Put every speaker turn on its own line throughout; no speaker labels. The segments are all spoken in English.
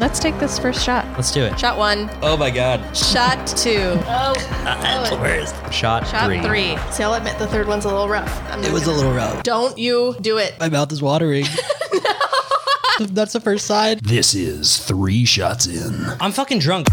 Let's take this first shot.
Let's do it.
Shot one,
Oh my God.
shot two,
Uh,
Oh,
the worst. Shot,
shot
three.
three.
See, I'll admit the third one's a little rough. I'm not
It was a
gonna-
little rough.
Don't you do it.
My mouth is watering. That's the first side.
This is Three Shots In.
I'm fucking drunk.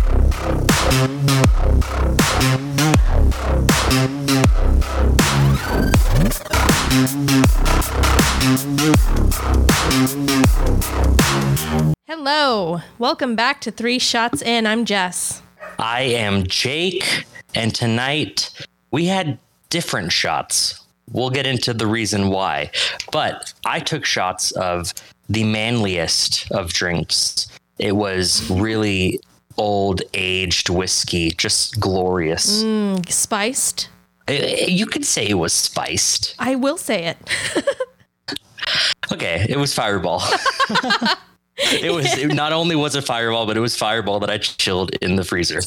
Hello. Welcome back to Three Shots In. I'm Jess.
I am Jake, and tonight we had different shots. We'll get into the reason why, but I took shots of the manliest of drinks. It was really old aged whiskey, just glorious.
Mm. Spiced.
I- I- you could say it was spiced.
I will say it.
Okay, it was Fireball. it was it not only was it Fireball, but it was Fireball that I chilled in the freezer.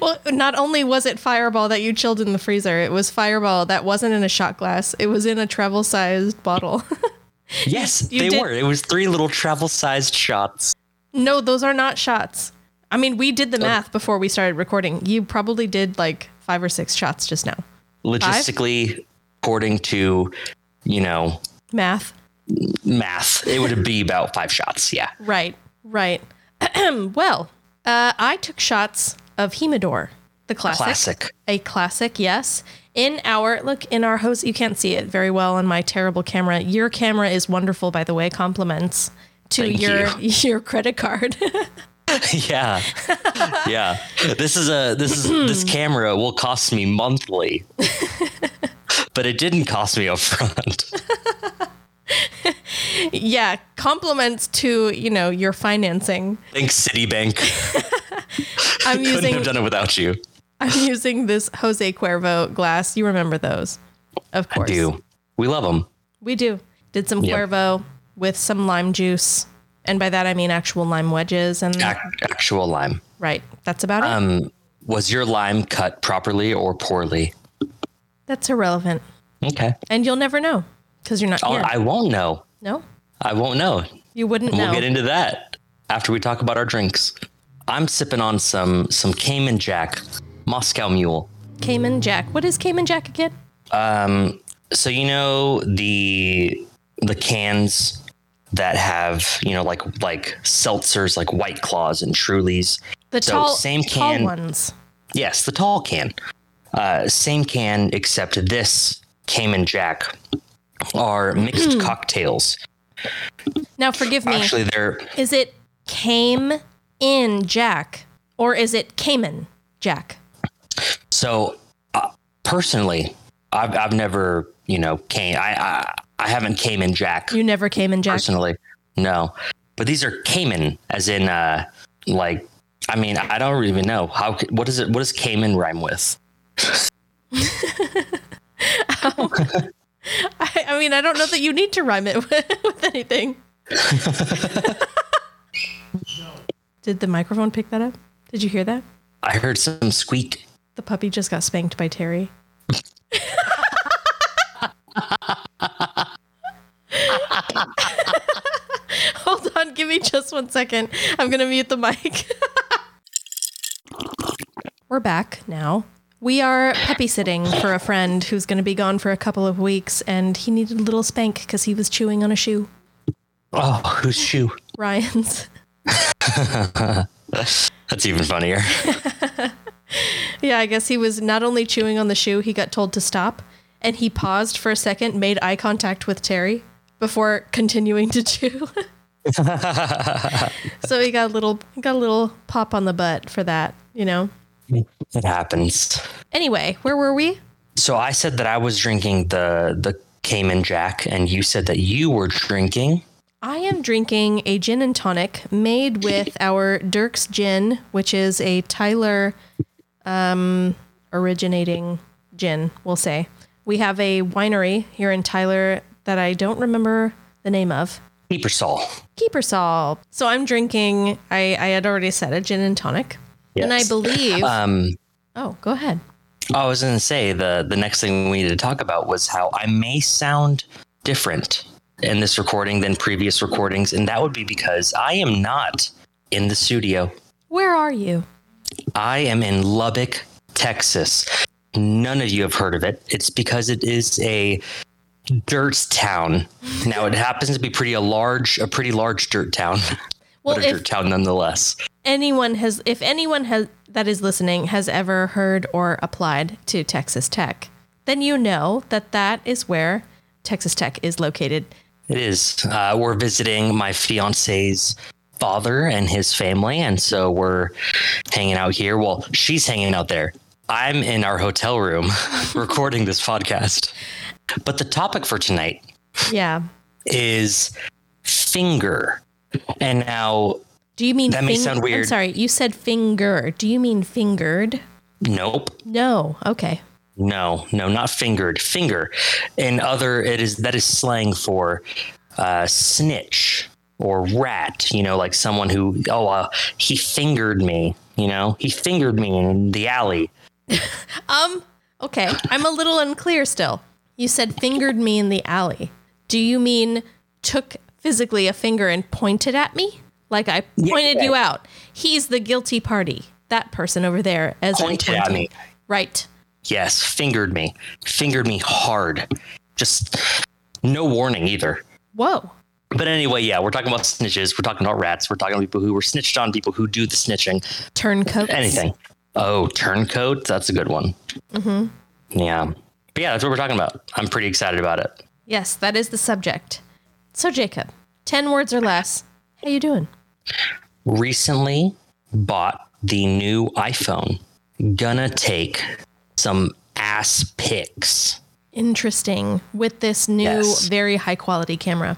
Well, not only was it Fireball that you chilled in the freezer, it was Fireball that wasn't in a shot glass. It was in a travel sized bottle.
Yes,
You
they
did-
were. It was three little travel sized shots.
no, those are not shots. I mean, we did the
Oh.
math before we started recording. You probably did like five or six shots just now.
Logistically, according to, you know,
Math.
math, it would be about five shots. Yeah.
Right, right. well, uh, I took shots of Hemidor, the classic.
Classic.
A classic, yes. In our look in our host, you can't see it very well on my terrible camera. Your camera is wonderful, by the way. Compliments to
Thank
your your credit card.
Yeah. yeah. This is a this is this camera will cost me monthly. but it didn't cost me up front.
yeah, compliments to you know your financing.
Thanks, Citibank.
I'm
Couldn't
using
have done it without you.
I'm using this Jose Cuervo glass. You remember those, of course.
Do. We love them.
We do. Did some
Yep.
Cuervo with some lime juice. And by that I mean actual lime wedges and
actual lime.
right. That's about it.
Ah. Um was your lime cut properly or poorly?
That's irrelevant.
Okay.
And you'll never know cuz you're not
Oh,
here.
I won't know.
no.
I won't know.
You wouldn't
And
know.
We'll get into that after we talk about our drinks. I'm sipping on some some Cayman Jack, Moscow Mule.
Cayman Jack. What is Cayman Jack again?
So you know the the cans that have you know like like seltzers, like White Claws and Trulies.
The
So,
tall
same
tall
can.
ones.
Yes, the tall can. Uh, same can, except this Cayman Jack are mixed cocktails.
Now forgive me.
Actually, they're
is it came in Jack or is it Cayman Jack?
So, uh, personally, I've, I've never, you know, came. I, I I haven't came in Jack
You never came in Jack.
personally. No, but these are Cayman, as in, uh, like, I mean, I don't even know how. c- What is it? What does Cayman rhyme with?
I, I mean, I don't know that you need to rhyme it with, with anything. Did the microphone pick that up? Did you hear that?
I heard some squeak.
The puppy just got spanked by Terry. Hold on, give me just one second. I'm going to mute the mic. We're back now. We are puppy sitting for a friend who's going to be gone for a couple of weeks, and he needed a little spank because he was chewing on a shoe.
Oh, whose shoe?
Ryan's.
That's even funnier.
Yeah, I guess he was not only chewing on the shoe, he got told to stop, and he paused for a second, made eye contact with Terry before continuing to chew. so he got a little got a little pop on the butt for that, you know.
it happens.
Anyway, where were we?
So I said that I was drinking the the Cayman Jack, and you said that you were drinking.
I am drinking a gin and tonic made with our Dirk's gin, which is a Tyler um, originating gin, we'll say. We have a winery here in Tyler that I don't remember the name of.
Keepersall.
Keepersall. So I'm drinking, I, I had already said a gin and tonic. And I
Yes.
believe,
Um,
oh, go ahead.
Oh, I was going to say the the next thing we needed to talk about was how I may sound different in this recording than previous recordings, and that would be because I am not in the studio.
Where are you?
I am in Lubbock, Texas. None of you have heard of it. It's because it is a dirt town. Now it happens to be pretty a large, a pretty large dirt town,
Well,
but a
if
dirt town nonetheless.
anyone has, if anyone has that is listening has ever heard or applied to Texas Tech, then you know that that is where Texas Tech is located.
It is. Uh, we're visiting my fiance's father and his family, and so we're hanging out here. Well, she's hanging out there. I'm in our hotel room recording this podcast. But the topic for tonight
Yeah.
is finger. And now,
Do you mean
That may
fing-
sound
I'm
weird.
sorry, you said finger. Do you mean fingered?
nope,
No. Okay.
No, no, not fingered. Finger. In other, it is that is slang for uh, snitch or rat. You know, like someone who oh, uh, he fingered me. You know, he fingered me in the alley.
Um, okay. I'm a little unclear still. You said fingered me in the alley. Do you mean took physically a finger and pointed at me? Like I pointed you out. He's the guilty party. That person over there as I
Pointed at
pointed.
me.
Right.
Yes, fingered me. Fingered me hard. Just no warning either.
Whoa.
But anyway, yeah, we're talking about snitches. We're talking about rats. We're talking about people who were snitched on, people who do the snitching.
Turncoats.
anything. Oh, turncoat. That's a good one. Mm-hmm. Yeah. But yeah, that's what we're talking about. I'm pretty excited about it.
Yes, that is the subject. So Jacob, 10 words or less. How you doing?
Recently bought the new iPhone. Gonna take some ass pics.
Interesting with this new
Yes.
very high quality camera.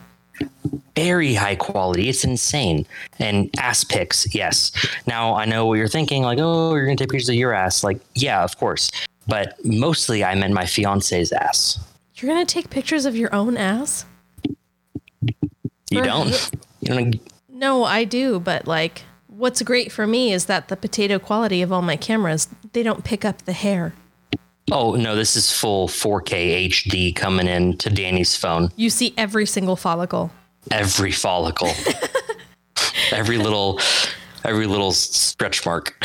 Very high quality. It's insane. And ass pics, yes. Now I know what you're thinking, like, oh, you're gonna take pictures of your ass. Like, yeah, of course. But mostly I meant my fiance's ass.
You're going to take pictures of your own ass?
You
For-
don't? You don't
No, I do, but like what's great for me is that the potato quality of all my cameras, they don't pick up the hair.
Oh no, this is full 4K HD coming in to Danny's phone.
You see every single follicle.
Every follicle, every little, every little s- stretch mark.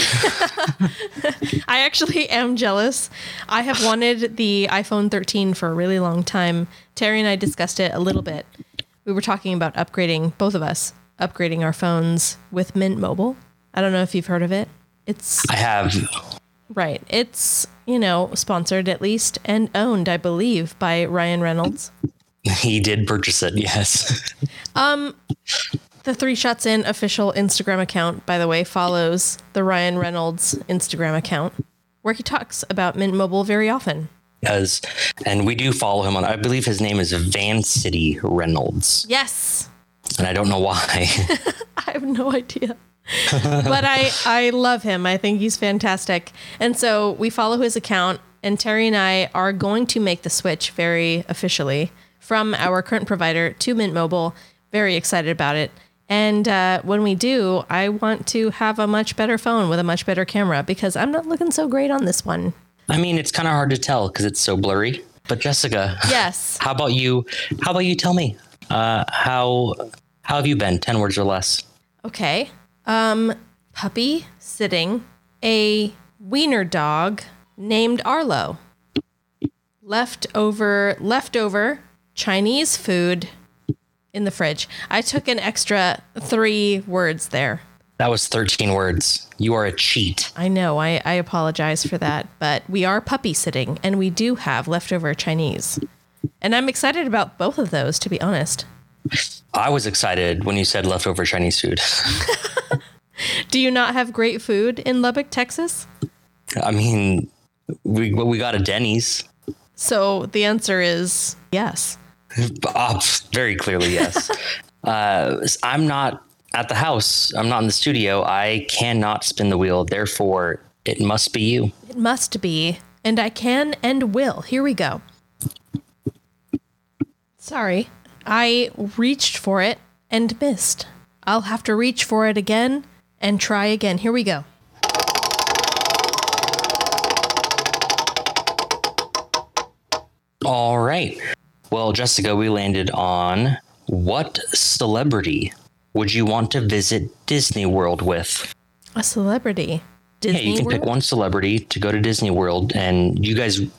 I actually am jealous. I have wanted the iPhone 13 for a really long time. Terry and I discussed it a little bit. We were talking about upgrading, both of us, upgrading our phones with Mint Mobile. I don't know if you've heard of it. It's
I have.
right. It's, you know, sponsored at least and owned, I believe, by Ryan Reynolds.
He did purchase it. Yes.
The Three Shots In official Instagram account, by the way, follows the Ryan Reynolds Instagram account, where he talks about Mint Mobile very often.
As, and we do follow him on. I believe his name is Van City Reynolds,
Yes,
and I don't know why.
I have no idea. but I, I love him. I think he's fantastic. And so we follow his account, and Terry and I are going to make the switch very officially from our current provider to Mint Mobile. Very excited about it. And uh, when we do, I want to have a much better phone with a much better camera because I'm not looking so great on this one.
I mean, it's kind of hard to tell because it's so blurry. But Jessica,
Yes.
how about you? How about you tell me? Uh, how how have you been? Ten words or less.
Okay. Um, puppy sitting a wiener dog named Arlo. Leftover, leftover Chinese food in the fridge. I took an extra three words there.
That was 13 words. You are a cheat.
I know. I, I apologize for that, but we are puppy sitting and we do have leftover Chinese. And I'm excited about both of those, to be honest.
I was excited when you said leftover Chinese food.
Do you not have great food in Lubbock, Texas?
I mean, we we got a Denny's.
So the answer is yes.
Uh, very clearly, yes. uh, I'm not at the house. I'm not in the studio. I cannot spin the wheel. Therefore, it must be you.
must be, and I can and will. Here we go. Sorry. I reached for it and missed. I'll have to reach for it again and try again. Here we go.
All right. Well, Jessica, we landed on what celebrity would you want to visit Disney World with?
A celebrity.
Yeah,
Disney
you can
World?
pick one celebrity to go to Disney World, and you guys you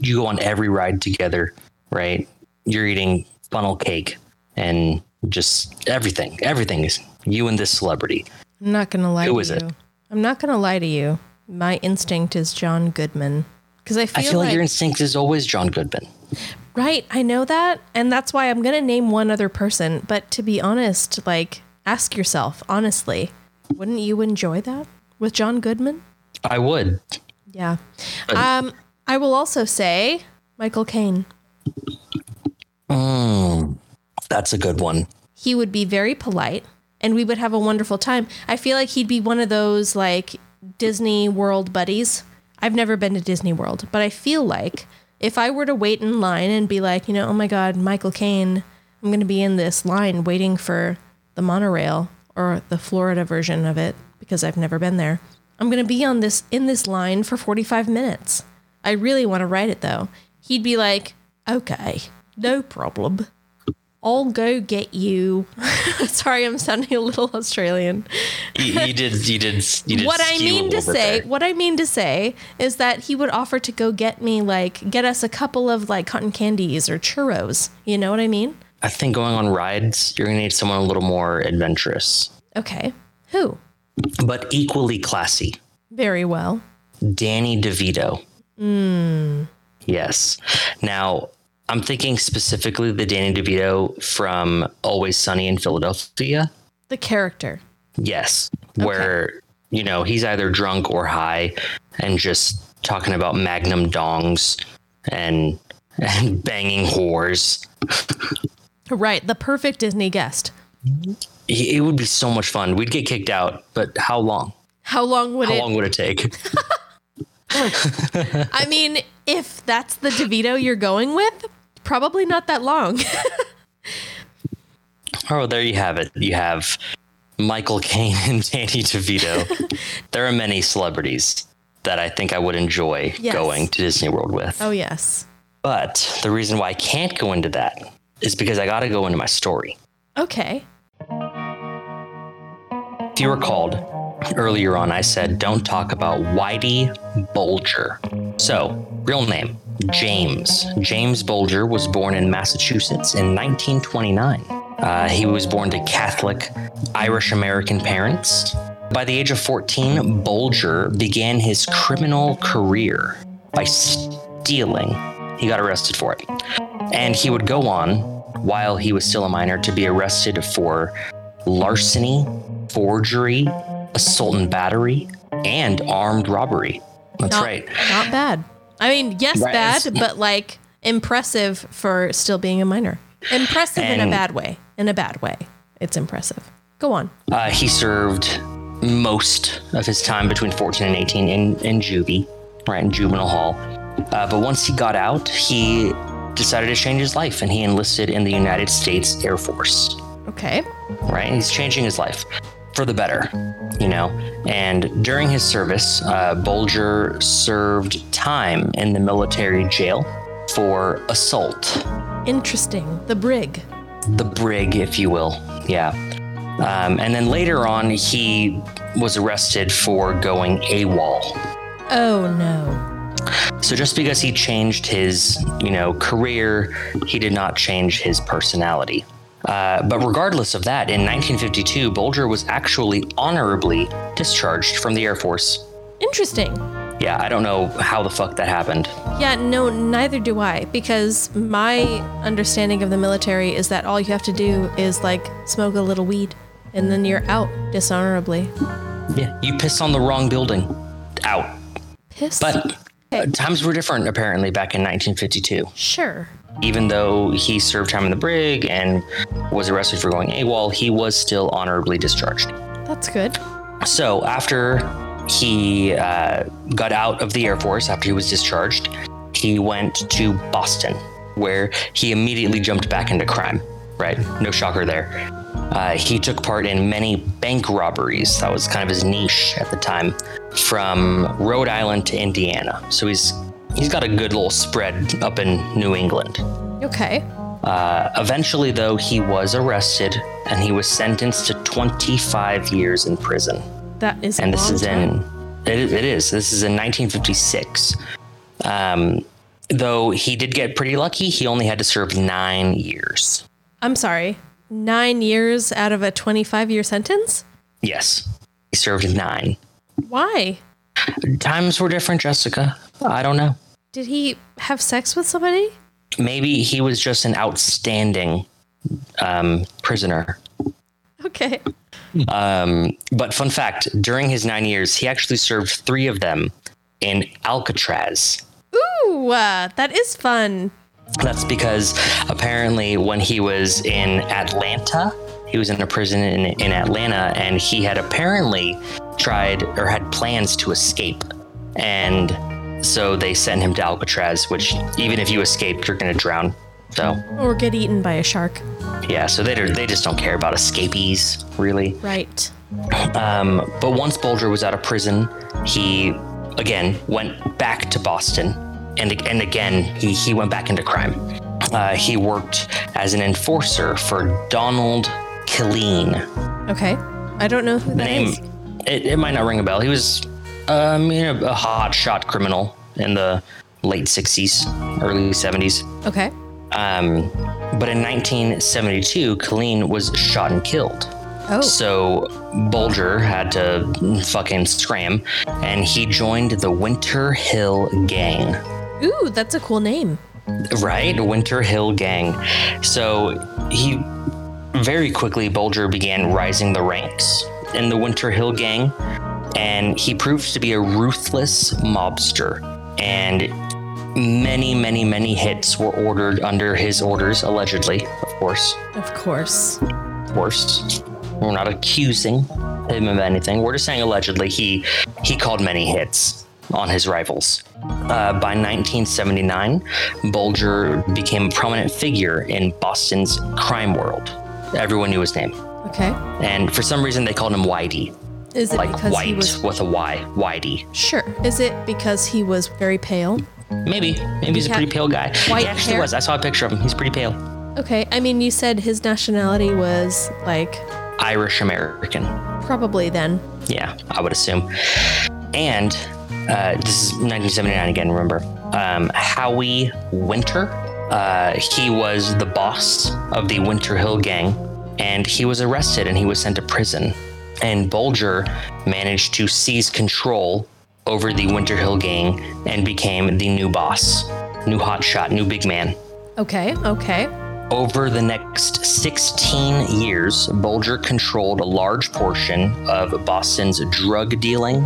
you go on every ride together, right? You're eating funnel cake and just everything. Everything is you and this celebrity.
I'm not gonna lie
Who
to
is
you.
it?
I'm not gonna lie to you. My instinct is John Goodman because I feel,
I feel like
like
your instinct is always John Goodman.
Right, I know that, and that's why I'm gonna name one other person. But to be honest, like, ask yourself honestly, wouldn't you enjoy that with John Goodman?
I would.
Yeah. Um, I will also say Michael Caine.
Mm, that's a good one.
He would be very polite, and we would have a wonderful time. I feel like he'd be one of those like Disney World buddies. I've never been to Disney World, but I feel like if I were to wait in line and be like, you know, oh my God, Michael Caine, I'm going to be in this line waiting for the monorail or the Florida version of it because I've never been there. I'm going to be on this in this line for 45 minutes. I really want to ride it though. He'd be like, okay, no problem. I'll go get you. Sorry, I'm sounding a little Australian.
You, you did. You did. You did
what I
skew a
mean to
little bit
say,
there.
what I mean to say is that he would offer to go get me like get us a couple of like cotton candies or churros. You know what I mean?
I think going on rides, you're gonna need someone a little more adventurous,
Okay. Who?
but equally classy.
Very well.
Danny DeVito. Yes. Now, I'm thinking specifically the Danny DeVito from Always Sunny in Philadelphia.
The character.
Yes. Where, you know, he's either drunk or high and just talking about magnum dongs and and banging whores.
Right. The perfect Disney guest.
He- It would be so much fun. We'd get kicked out, but how long?
How long would
How
it
long would it take?
I mean, if that's the DeVito you're going with, probably not that long.
Oh, there you have it. You have Michael Caine and Danny DeVito. there are many celebrities that I think I would enjoy
Yes.
going to Disney World with.
oh yes.
But the reason why I can't go into that is because I got to go into my story.
Okay.
If you recalled, earlier on I said don't talk about Whitey Bulger. So, real name James. James Bulger was born in Massachusetts in 1929. Uh, he was born to Catholic Irish American parents. By the age of 14, Bulger began his criminal career by stealing. He got arrested for it. And he would go on, while he was still a minor, to be arrested for larceny, forgery, assault and battery, and armed robbery. That's
Not,
right.
Not bad. I mean, yes,
Right.
bad, but like impressive for still being a minor. Impressive in a
And-
bad way. In a bad way. It's impressive. Go on.
Uh, he served most of his time between 14 and 18 in, in juvie, right, in juvenile hall. Uh, but once he got out, he decided to change his life and he enlisted in the United States Air Force,
Okay.
right? He's changing his life for the better, you know? And during his service, uh, Bolger served time in the military jail for assault
Interesting. The brig.
the brig, if you will. Yeah. Um, and then later on, he was arrested for going AWOL.
Oh no.
So just because he changed his, you know, career, he did not change his personality. Uh, but regardless of that, in 1952, Bolger was actually honorably discharged from the Air Force.
Interesting.
Yeah, I don't know how the fuck that happened.
Yeah, no, neither do I. Because my understanding of the military is that all you have to do is like smoke a little weed and then you're out dishonorably.
Yeah, you pissed on the wrong building. Out.
Piss.
But uh, times were different apparently back in 1952.
sure.
even though he served time in the brig and was arrested for going AWOL, he was still honorably discharged.
That's good.
So after he uh, got out of the Air Force, after he was discharged, he went to Boston, where he immediately jumped back into crime. Right, no shocker there. Uh, he took part in many bank robberies. That was kind of his niche at the time, from Rhode Island to Indiana. So he's he's got a good little spread up in New England.
Okay.
Uh, eventually, though, he was arrested and he was sentenced to 25 years in prison.
That is.
And
a
this
long
is
time.
in, it, it is, this is in 1956. Um, though he did get pretty lucky, he only had to serve nine years.
I'm sorry. Nine years out of a 25 year sentence?
Yes, he served nine.
Why?
Times were different, Jessica. I don't know.
Did he have sex with somebody?
Maybe he was just an outstanding um, prisoner.
Okay.
Um, but fun fact during his nine years, he actually served three of them in Alcatraz.
Ooh, uh, that is fun.
That's because apparently when he was in Atlanta, he was in a prison in, in Atlanta and he had apparently tried or had plans to escape. And so they sent him to Alcatraz, which even if you escaped, you're going to drown. So,
Or get eaten by a shark.
yeah, so they, don't- they just don't care about escapees, really.
Right.
Um, but once Bulger was out of prison, he again went back to Boston, and and again he he went back into crime. Uh, he worked as an enforcer for Donald Killeen.
Okay. I don't know who
The
that
name
is.
it, it might not ring a bell. He was um, you know, a hot shot criminal in the late '60s, early '70s.
Okay.
Um, but in 1972, Killeen was shot and killed.
Oh.
So Bulger had to fucking scram, and he joined the Winter Hill Gang.
Ooh, that's a cool name.
Right? Winter Hill Gang. So he very quickly, Bulger began rising the ranks in the Winter Hill Gang, and he proved to be a ruthless mobster. And many, many, many hits were ordered under his orders, allegedly, of course
Of course.
worst. We're not accusing him of anything. We're just saying allegedly he he called many hits on his rivals. Uh, by 1979, Bulger became a prominent figure in Boston's crime world. Everyone knew his name,
Okay.
and for some reason they called him Whitey,
Is it
like
because
White
he was
with a Y, Whitey.
sure? Is it because he was very pale?
Maybe, maybe he's a
had
pretty pale guy.
white
he actually
hair.
was. I saw a picture of him. He's pretty pale,
Okay. I mean, you said his nationality was like
Irish American.
probably then.
Yeah, I would assume. And uh, this is 1979 again, remember. Um, Howie Winter. Uh, he was the boss of the Winter Hill Gang, and he was arrested and he was sent to prison. And Bulger managed to seize control over the Winter Hill Gang and became the new boss, new hotshot, new big man.
Okay. Okay.
Over the next 16 years, Bulger controlled a large portion of Boston's drug dealing,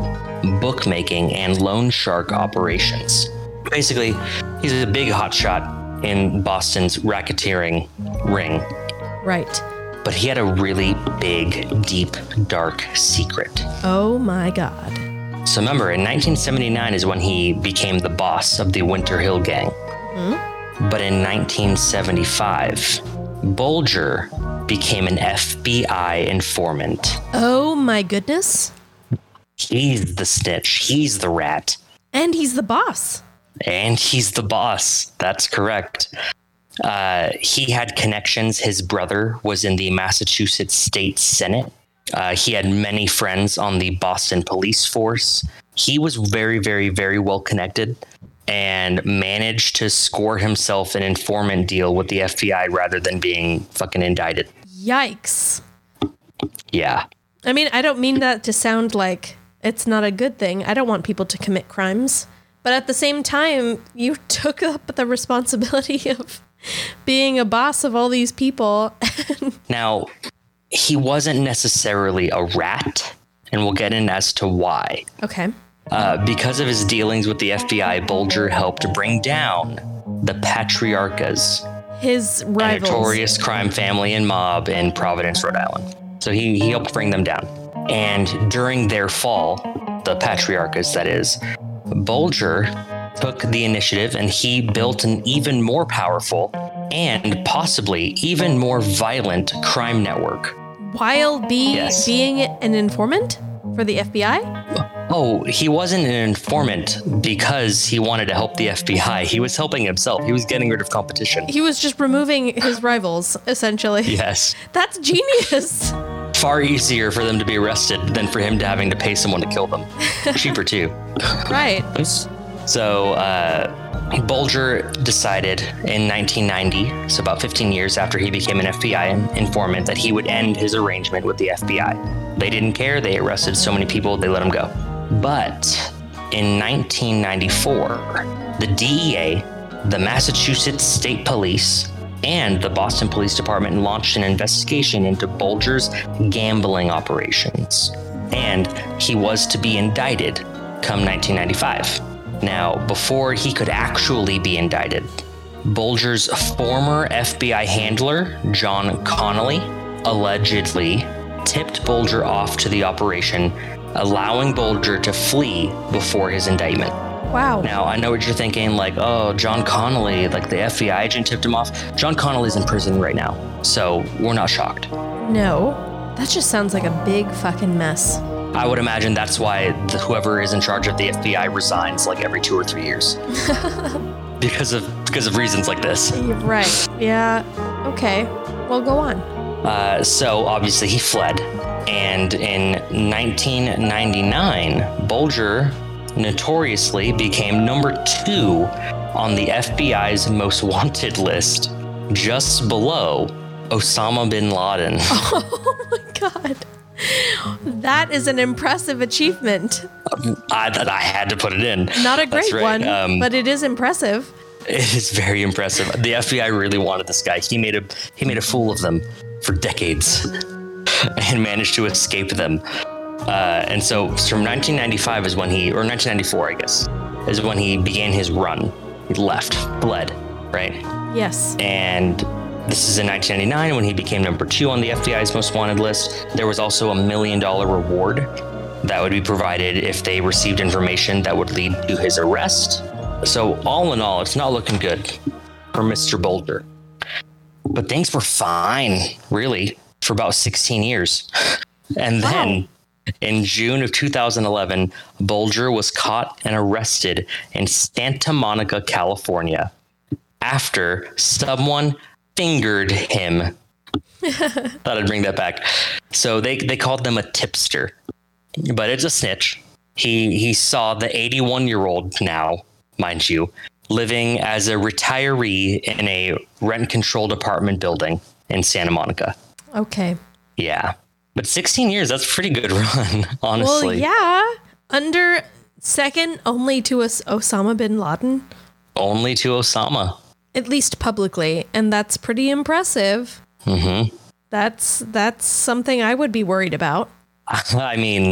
bookmaking, and loan shark operations. Basically, he's a big hotshot in Boston's racketeering ring,
Right.
but he had a really big, deep, dark secret.
Oh my God.
So remember, in 1979 is when he became the boss of the Winter Hill Gang. But in 1975, Bulger became an FBI informant.
Oh my goodness.
He's the snitch, he's the rat,
And he's the boss.
and he's the boss. That's correct. Uh, he had connections. His brother was in the Massachusetts State Senate. Uh, he had many friends on the Boston police force. He was very, very, very well connected and managed to score himself an informant deal with the FBI rather than being fucking indicted.
Yikes.
Yeah.
I mean, I don't mean that to sound like it's not a good thing. I don't want people to commit crimes. But at the same time, you took up the responsibility of being a boss of all these people.
Now, he wasn't necessarily a rat, and we'll get in as to why.
okay.
Uh, because of his dealings with the FBI, Bulger helped bring down the Patriarchas,
His
a
rivals.
notorious crime family and mob in Providence, Rhode Island. So he, he helped bring them down. And during their fall, the Patriarchas, that is, Bulger took the initiative and he built an even more powerful and possibly even more violent crime network.
While be
Yes.
being an informant for the FBI?
Oh, he wasn't an informant because he wanted to help the FBI. He was helping himself. He was getting rid of competition.
He was just removing his rivals, essentially.
Yes.
That's genius.
Far easier for them to be arrested than for him to having to pay someone to kill them. Cheaper too.
Right.
So uh, Bulger decided in 1990, so about 15 years after he became an FBI informant, that he would end his arrangement with the FBI. They didn't care. They arrested so many people, they let him go. But in 1994, the DEA, the Massachusetts State Police, and the Boston Police Department launched an investigation into Bulger's gambling operations. And he was to be indicted come 1995. Now, before he could actually be indicted, Bulger's former FBI handler, John Connolly, allegedly tipped Bulger off to the operation, allowing Bulger to flee before his indictment.
Wow.
Now, I know what you're thinking like, oh, John Connolly, like the FBI agent tipped him off. John Connolly's in prison right now, so we're not shocked.
No. That just sounds like a big fucking mess.
I would imagine that's why the, whoever is in charge of the FBI resigns like every two or three years because of because of reasons like this.
You're right. Yeah. Okay. Well, go on.
Uh, so obviously he fled, and in 1999, Bulger notoriously became number two on the FBI's most wanted list, just below Osama bin Laden.
Oh my god. That is an impressive achievement.
I thought I had to put it in.
Not a
That's
great
right.
one,
Um,
but it is impressive.
It is very impressive. The FBI really wanted this guy. He made a he made a fool of them for decades, and managed to escape them. Uh, and so, from 1995 is when he, or 1994, I guess, is when he began his run. He left, fled, right?
Yes.
and this is in 1999 when he became number two on the FBI's most wanted list. There was also a million dollar reward that would be provided if they received information that would lead to his arrest. So, all in all, it's not looking good for Mr. Boulder. But things were fine, really, for about 16 years. And then in June of 2011, Bulger was caught and arrested in Santa Monica, California after someone fingered him. Thought I'd bring that back. So they they called them a tipster, but it's a snitch. He he saw the 81 year old now, mind you, living as a retiree in a rent controlled apartment building in Santa Monica.
Okay.
Yeah, but 16 years that's a pretty good run, honestly.
Well, yeah. Under second only to Os- Osama bin Laden,
Only to Osama.
at least publicly, and that's pretty impressive.
Mm-hmm.
That's that's something I would be worried about.
I mean,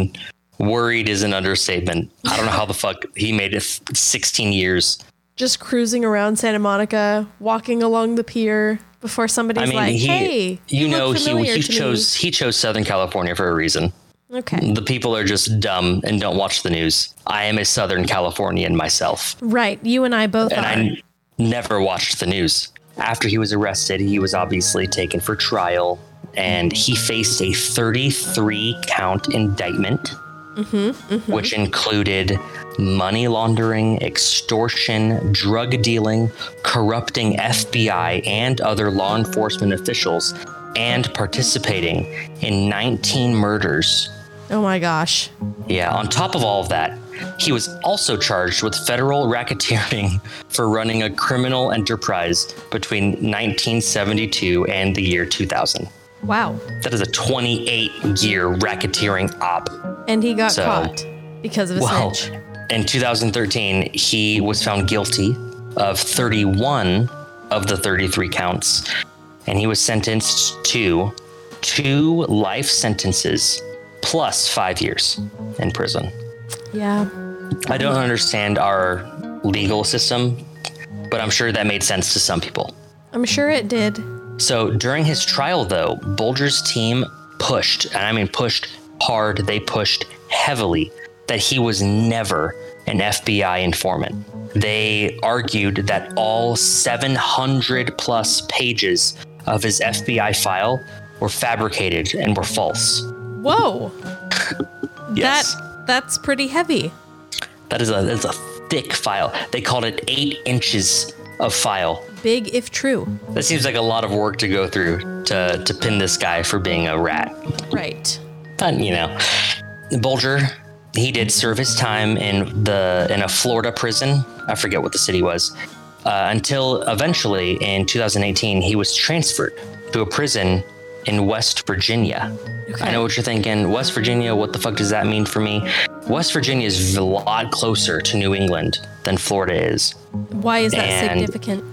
worried is an understatement. I don't know how the fuck he made it 16 years.
Just cruising around Santa Monica, walking along the pier before somebody's
I mean,
like,
he,
"Hey,
you
look
know, he
familiar
he
to me."
chose he chose Southern California for a reason.
Okay,
The people are just dumb and don't watch the news. I am a Southern Californian myself,
right. You and I both
and
are.
I n- never watched the news. After he was arrested, he was obviously taken for trial, and he faced a 33 count indictment. which included money laundering, extortion, drug dealing, corrupting FBI and other law enforcement officials, and participating in 19 murders.
oh my gosh.
Yeah, on top of all of that, he was also charged with federal racketeering for running a criminal enterprise between 1972 and the year 2000.
Wow.
That is a 28 year racketeering op.
And he got
So-
caught because of a
Well,
snitch.
in 2013, he was found guilty of 31 of the 33 counts, and he was sentenced to two life sentences plus five years in prison.
Yeah.
I don't understand our legal system, but I'm sure that made sense to some people.
I'm sure it did.
So during his trial, though, Bulger's team pushed, and I mean pushed hard, they pushed heavily that he was never an FBI informant. They argued that all 700 plus pages of his FBI file were fabricated and were false.
Whoa.
Yes.
That That's pretty heavy.
That is a that's a thick file. They called it eight inches of file.
Big if true.
That seems like a lot of work to go through to to pin this guy for being a rat.
Right.
But you know, Bulger, he did serve his time in the in a Florida prison. I forget what the city was. Uh, until eventually, in 2018, he was transferred to a prison in West Virginia. I know what you're thinking. West Virginia, what the fuck does that mean for me? West Virginia is a lot closer to New England than Florida is.
Why is that
And-
significant?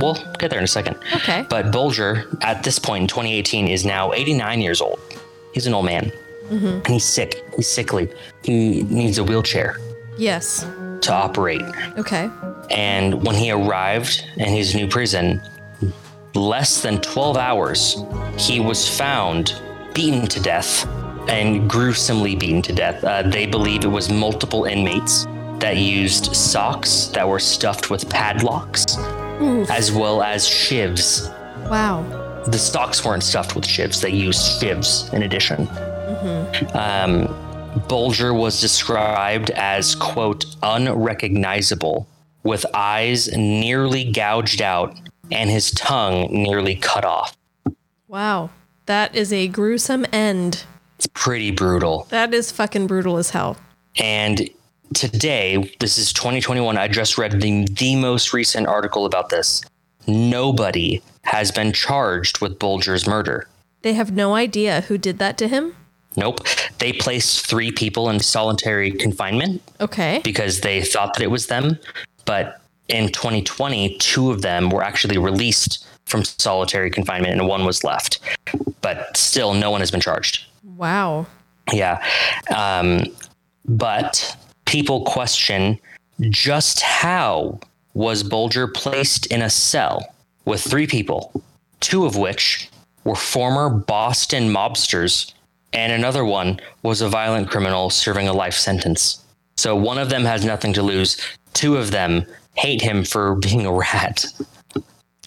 We'll get there in a second.
Okay.
But Bulger, at this point in 2018, is now 89 years old. He's an old man. And he's sick. He's sickly. He needs a wheelchair
yes.
to operate.
Okay.
And when he arrived in his new prison, less than 12 hours, he was found beaten to death and gruesomely beaten to death. Uh, they believe it was multiple inmates that used socks that were stuffed with padlocks, as well as shivs
Wow.
the stocks weren't stuffed with shivs. They used shivs in addition. Um, Bulger was described as, quote, unrecognizable, with eyes nearly gouged out and his tongue nearly cut off.
Wow. That is a gruesome end.
It's pretty brutal.
That is fucking brutal as hell.
And today, this is 2021. I just read the, the most recent article about this. Nobody has been charged with Bulger's murder.
They have no idea who did that to him.
Nope. They placed three people in solitary confinement
Okay.
because they thought that it was them. But in 2020, two of them were actually released from solitary confinement and one was left. But still, no one has been charged.
Wow.
Yeah. Um, but people question just how was Bulger placed in a cell with three people, two of which were former Boston mobsters, and another one was a violent criminal serving a life sentence. So one of them has nothing to lose. Two of them hate him for being a rat.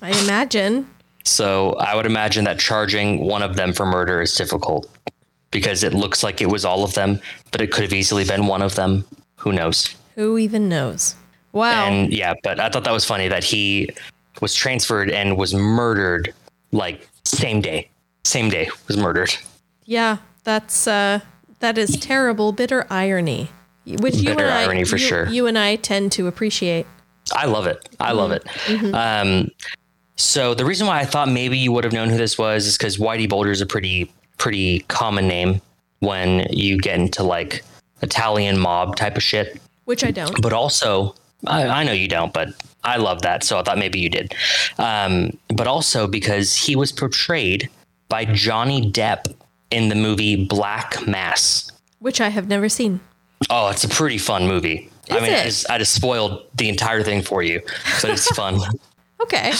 I imagine.
So I would imagine that charging one of them for murder is difficult because it looks like it was all of them, but it could have easily been one of them. Who knows?
Who even knows? Wow.
And yeah, but I thought that was funny that he was transferred and was murdered like same day. Same day was murdered.
yeah. That's uh that is terrible bitter irony. Which you
Bitter
and I
irony for
you-
sure.
you and I tend to appreciate.
I love it. I love it. Um, so the reason why I thought maybe you would have known who this was is because Whitey Bulger is a pretty pretty common name when you get into like Italian mob type of shit.
Which I don't.
but also I, I know you don't, but I love that, so I thought maybe you did. Um, but also because he was portrayed by Johnny Depp in the movie Black Mass.
Which I have never seen.
Oh, it's a pretty fun movie. I
Is
mean, I
it?
just, I just spoiled the entire thing for you, but it's fun.
Okay.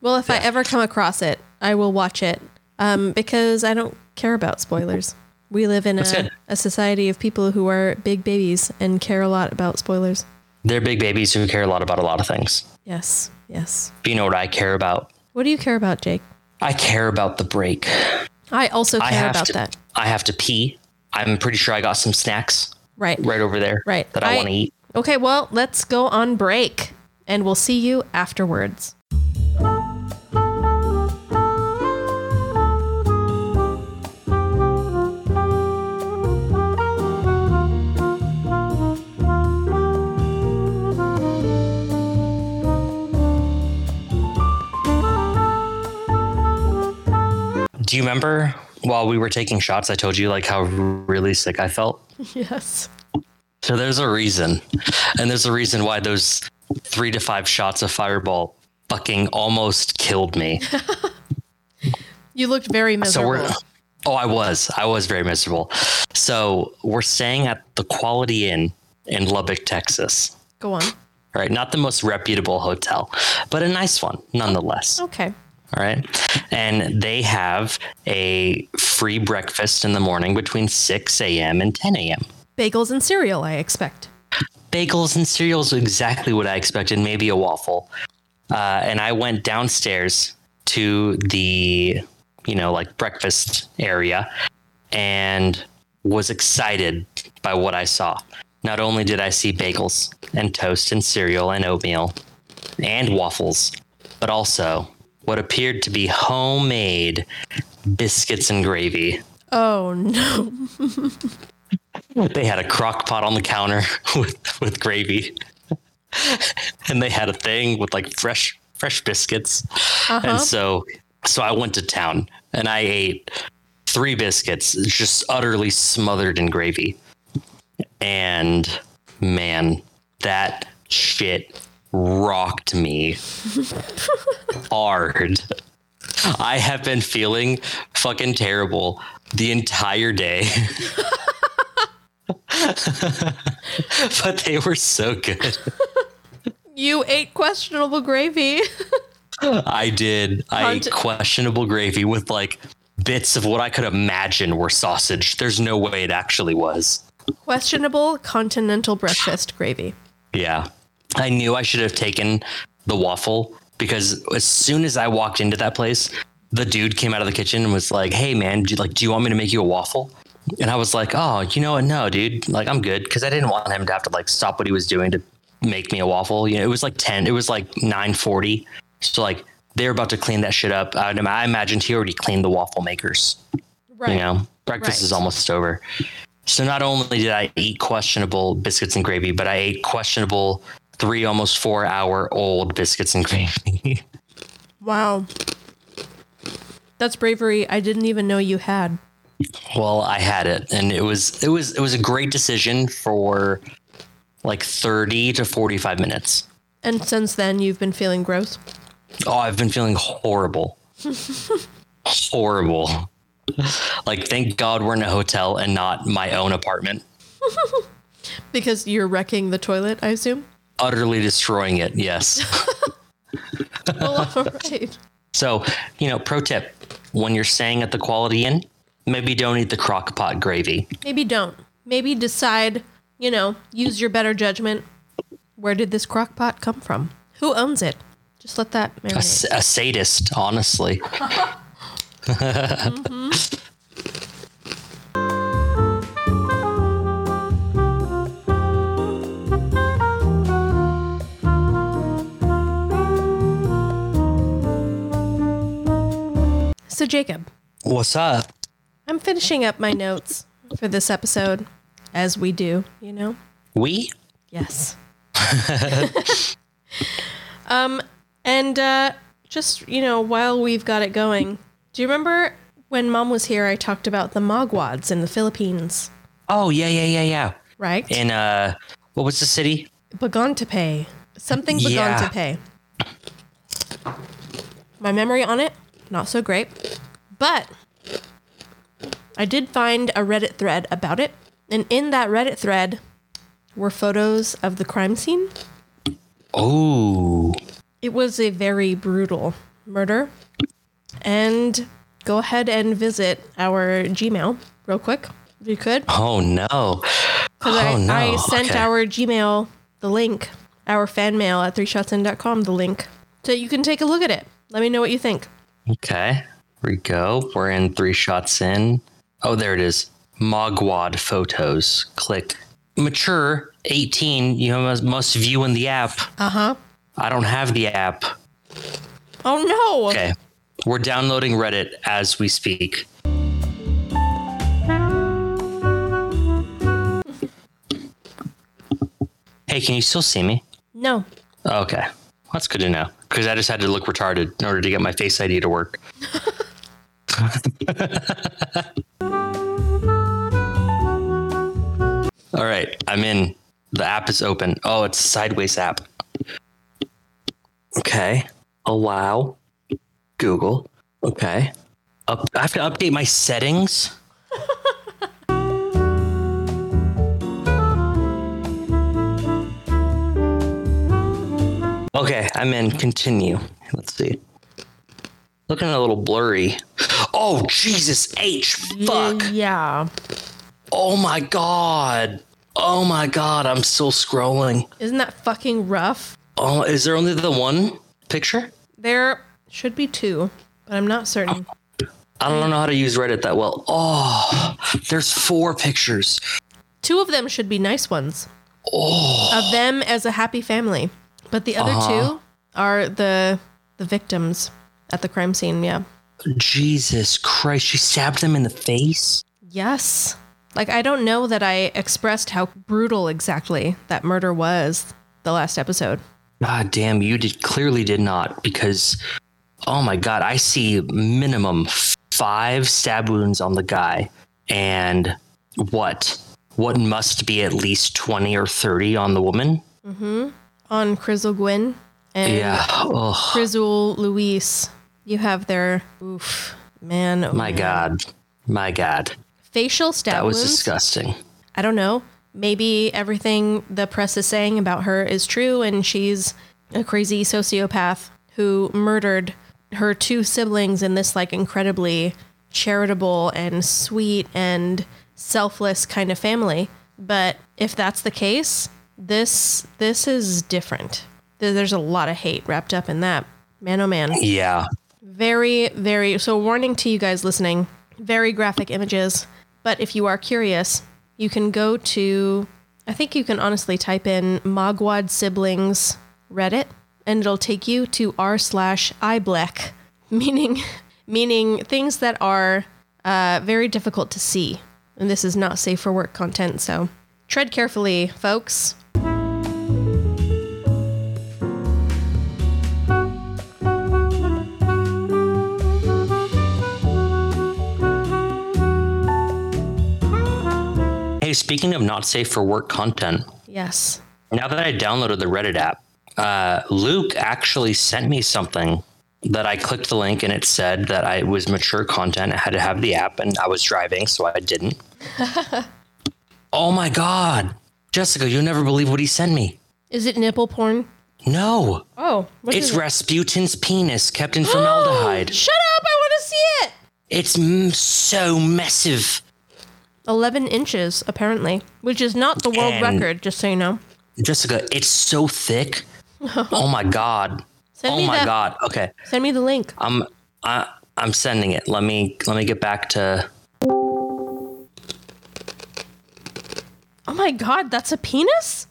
Well, if I ever come across it, I will watch it um, because I don't care about spoilers. We live in
That's
a,
good.
a society of people who are big babies and care a lot about spoilers.
They're big babies who care a lot about a lot of things.
Yes, yes.
But you know what I care about?
What do you care about, Jake?
I care about the break.
I also
I
care
have
about
to.
that.
I have to pee. I'm pretty sure I got some snacks
Right.
right over there
Right.
that I,
I-
want to eat.
Okay, well, let's go on break and we'll see you afterwards.
Do you remember while we were taking shots, I told you like how really sick I felt?
Yes.
So there's a reason. And there's a reason why those three to five shots of fireball fucking almost killed me.
You looked very
So
miserable.
we're oh, I was. I was very miserable. So we're staying at the Quality Inn in Lubbock, Texas.
go on.
Right? Not the most reputable hotel, but a nice one nonetheless.
Okay.
All right. And they have a free breakfast in the morning between 6 a.m. and 10 a.m.
Bagels and cereal, I expect.
bagels and cereals exactly what I expected, maybe a waffle. Uh, and I went downstairs to the, you know, like breakfast area, and was excited by what I saw. Not only did I see bagels and toast and cereal and oatmeal and waffles, but also what appeared to be homemade biscuits and gravy.
Oh no.
They had a crock pot on the counter with, with gravy. and they had a thing with like fresh fresh biscuits. And so so I went to town and I ate three biscuits just utterly smothered in gravy. And man, that shit rocked me hard. I have been feeling fucking terrible the entire day. but they were so good.
You ate questionable gravy.
I did. I ate
Hunt-
questionable gravy with like bits of what I could imagine were sausage. There's no way it actually was.
questionable continental breakfast gravy.
Yeah. I knew I should have taken the waffle because as soon as I walked into that place, the dude came out of the kitchen and was like, "Hey man, do you, like do you want me to make you a waffle?" And I was like, "Oh, you know what? No, dude. Like I'm good cuz I didn't want him to have to like stop what he was doing to make me a waffle. You know, it was like 10, it was like 9:40. So like they're about to clean that shit up. I, I imagined he already cleaned the waffle makers.
Right.
You know, breakfast is
Right.
almost over. So not only did I eat questionable biscuits and gravy, but I ate questionable three, almost four hour old biscuits and gravy.
Wow. That's bravery I didn't even know you had.
well, I had it, and it was it was it was a great decision for like thirty to forty five minutes.
And since then, you've been feeling gross.
Oh, I've been feeling horrible, horrible. Like, thank God we're in a hotel and not my own apartment.
Because you're wrecking the toilet, I assume?
Utterly destroying it. Yes.
Well, all right.
So, you know, pro tip when you're staying at the Quality Inn, maybe don't eat the crock pot gravy.
Maybe don't. Maybe decide, you know, use your better judgment. Where did this crock pot come from? Who owns it? Just let that
A,
marinate.
s- a sadist, honestly.
So, Jacob,
What's up?
I'm finishing up my notes for this episode, as we do, you know?
We?
Yes. um, and uh, just you know, while we've got it going, do you remember when Mom was here? I talked about the Mogwads in the Philippines,
Oh, yeah, yeah, yeah, yeah.
right?
In, uh, what was the city?
Bagontepe, something
Yeah.
Bagontepe. My memory on it not so great, but I did find a Reddit thread about it, and in that Reddit thread were photos of the crime scene.
Oh,
It was a very brutal murder. And go ahead and visit our Gmail real quick, if you could.
oh no.
Because I,
Oh, no.
I sent
Okay.
our Gmail the link, our fan mail at 3shotsin.com, the link. So you can take a look at it. Let me know what you think.
Okay, here we go. We're in three shots in. Oh, there it is. Mogwad photos. Click. Mature 18. You must, must view in the app. Uh huh. I don't have the app.
Oh no!
Okay. We're downloading Reddit as we speak. Hey, can you still see me?
No.
Okay. That's good to know. Because I just had to look retarded in order to get my face ID to work. All right. I'm in. The app is open. Oh, it's a sideways app. Okay. Allow. Google. Okay. Up, I have to update my settings. Okay, I'm in. Continue. Let's see. Looking a little blurry. Oh, Jesus H. Fuck.
Yeah.
Oh my God. Oh my God. I'm still scrolling.
Isn't that fucking rough?
Oh, is there only the one picture?
There should be two, but I'm not certain.
I don't know how to use Reddit that well. Oh, there's four pictures.
Two of them should be nice ones.
Oh.
Of them as a happy family. But the
Uh-huh.
other two are the the victims at the crime scene, yeah.
Jesus Christ, she stabbed them in the face?
Yes. Like I don't know that I expressed how brutal exactly that murder was the last episode.
God damn, you did clearly did not because oh my god, I see minimum f- five stab wounds on the guy and what? What must be at least 20 or 30 on the woman?
On Crizzle Gwyn and
Yeah. Oh
Crizzle Luis. You have their oof man. oh
my
man.
god. My god.
Facial stab
That was
wounds.
disgusting.
I don't know. Maybe everything the press is saying about her is true and she's a crazy sociopath who murdered her two siblings in this like incredibly charitable and sweet and selfless kind of family. But if that's the case, this this is different. There- There's a lot of hate wrapped up in that. Man oh man
Yeah.
very very so warning to you guys listening very graphic images but if you are curious you can go to i think you can honestly type in mogwad siblings reddit and it'll take you to r slash ibleck meaning meaning things that are uh, very difficult to see and this is not safe for work content so tread carefully folks
Hey, speaking of not safe for work content,
yes
now that I downloaded the Reddit app, uh, Luke actually sent me something that I clicked the link and it said that I, it was mature content. I had to have the app and I was driving, so I didn't. oh my God. Jessica, you'll never believe what he sent me.
is it nipple porn
No,
oh what
it's
is it?
Rasputin's penis kept in formaldehyde.
shut up i want to see it
it's m- so massive.
11 inches apparently which is not the world
And-
record just so you know
Jessica, it's so thick. oh my God.
Send
oh
me
my
that-
God. Okay.
send me the link
I'm I, I'm sending it. Let me let me get back to.
oh my god that's a penis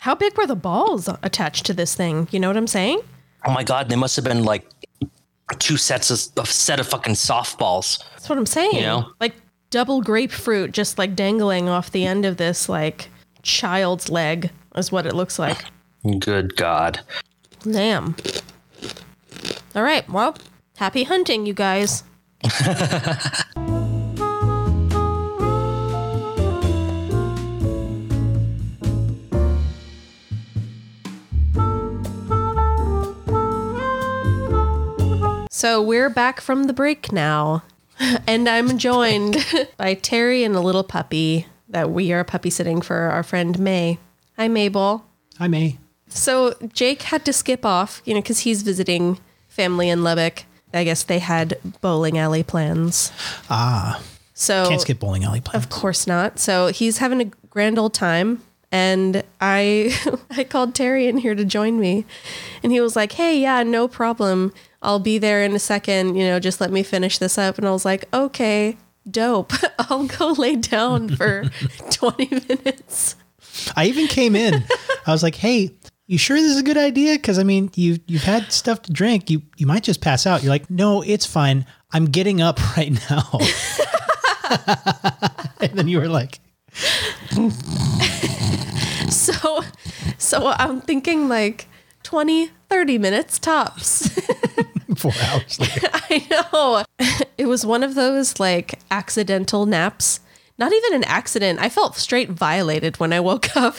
how big were the balls attached to this thing you know what i'm saying
Oh my god, they must have been like two sets of a set of fucking softballs.
that's what i'm saying
You know?
like double grapefruit just like dangling off the end of this like child's leg is what it looks like
Good god.
Damn. All right. Well, happy hunting, you guys. so we're back from the break now. And I'm joined by Terry and a little puppy that we are puppy sitting for our friend May. Hi, Mabel.
I may.
So Jake had to skip off, you know, because he's visiting family in Lubbock. I guess they had bowling alley plans. Ah. So
Can't skip bowling alley play.
Of course not. So he's having a grand old time, and I I called Terry in here to join me, and he was like, "Hey, yeah, no problem. I'll be there in a second. You know, just let me finish this up." And I was like, "Okay, dope. I'll go lay down for twenty minutes."
I even came in. I was like, "Hey, you sure this is a good idea? Because I mean, you you've had stuff to drink. You you might just pass out." You're like, "No, it's fine. I'm getting up right now." and then you were like,
so so i'm thinking like 20 30 minutes tops
four hours later.
i know it was one of those like accidental naps not even an accident i felt straight violated when i woke up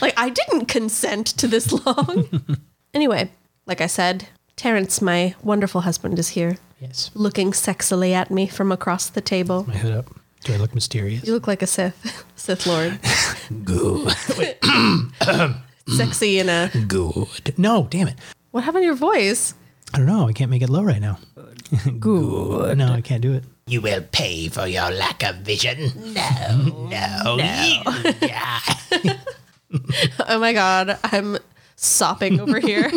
like i didn't consent to this long anyway like i said terrence my wonderful husband is here
Yes.
looking sexily at me from across the table
My hood up. Do I look mysterious?
you look like a sith sith lord sexy in a
Good. No, damn it.
what happened to your voice
I don't know. I can't make it low right now. Good. No, I can't do it.
You will pay for your lack of vision. No, no, no.
Oh my god, I'm sopping over here.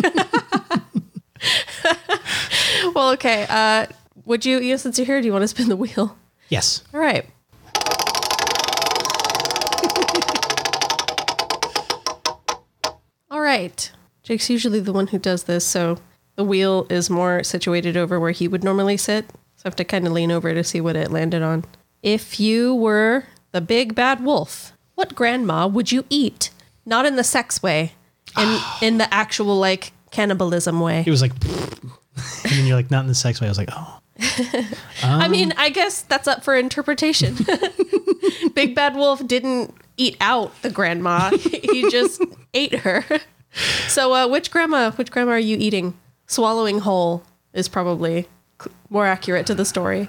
well, okay. Uh, would you, you know, since you're here, do you want to spin the wheel?
Yes.
All right. All right. Jake's usually the one who does this, so the wheel is more situated over where he would normally sit. So I have to kind of lean over to see what it landed on. If you were the big bad wolf, what grandma would you eat? Not in the sex way, in in the actual like cannibalism way.
It was like, and then you're like, not in the sex way. I was like, oh,
I mean, I guess that's up for interpretation. Big Bad Wolf didn't eat out the grandma; he just ate her. So, uh, which grandma? Which grandma are you eating? Swallowing whole is probably c- more accurate to the story.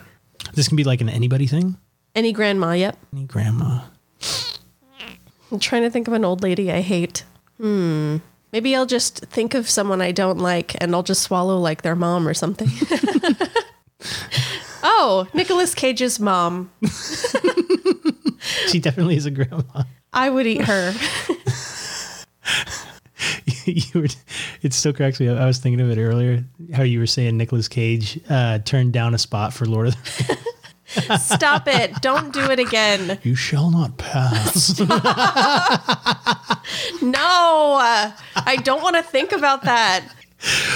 this can be like an anybody thing.
Any grandma? Yep.
Any grandma.
I'm trying to think of an old lady I hate. Hmm. Maybe I'll just think of someone I don't like, and I'll just swallow like their mom or something. oh, Nicolas Cage's mom.
She definitely is a grandma.
I would eat her.
you were, it still cracks me up. I was thinking of it earlier, how you were saying Nicolas Cage uh, turned down a spot for Lord of the
Stop it. Don't do it again.
You shall not pass.
No. uh, I don't want to think about that.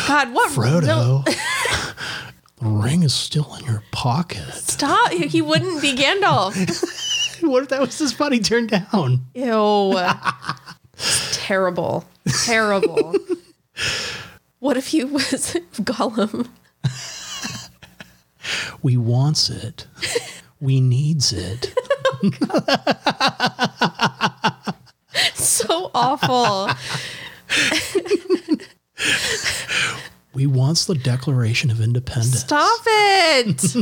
God, what no-
Frodo, the ring is still in your pocket.
stop. He he wouldn't be Gandalf.
what if that was the spot he turned down?
Ew. It's terrible. Terrible. What if he was Gollum?
We wants it. We needs it.
So awful.
We wants the Declaration of Independence.
Stop it.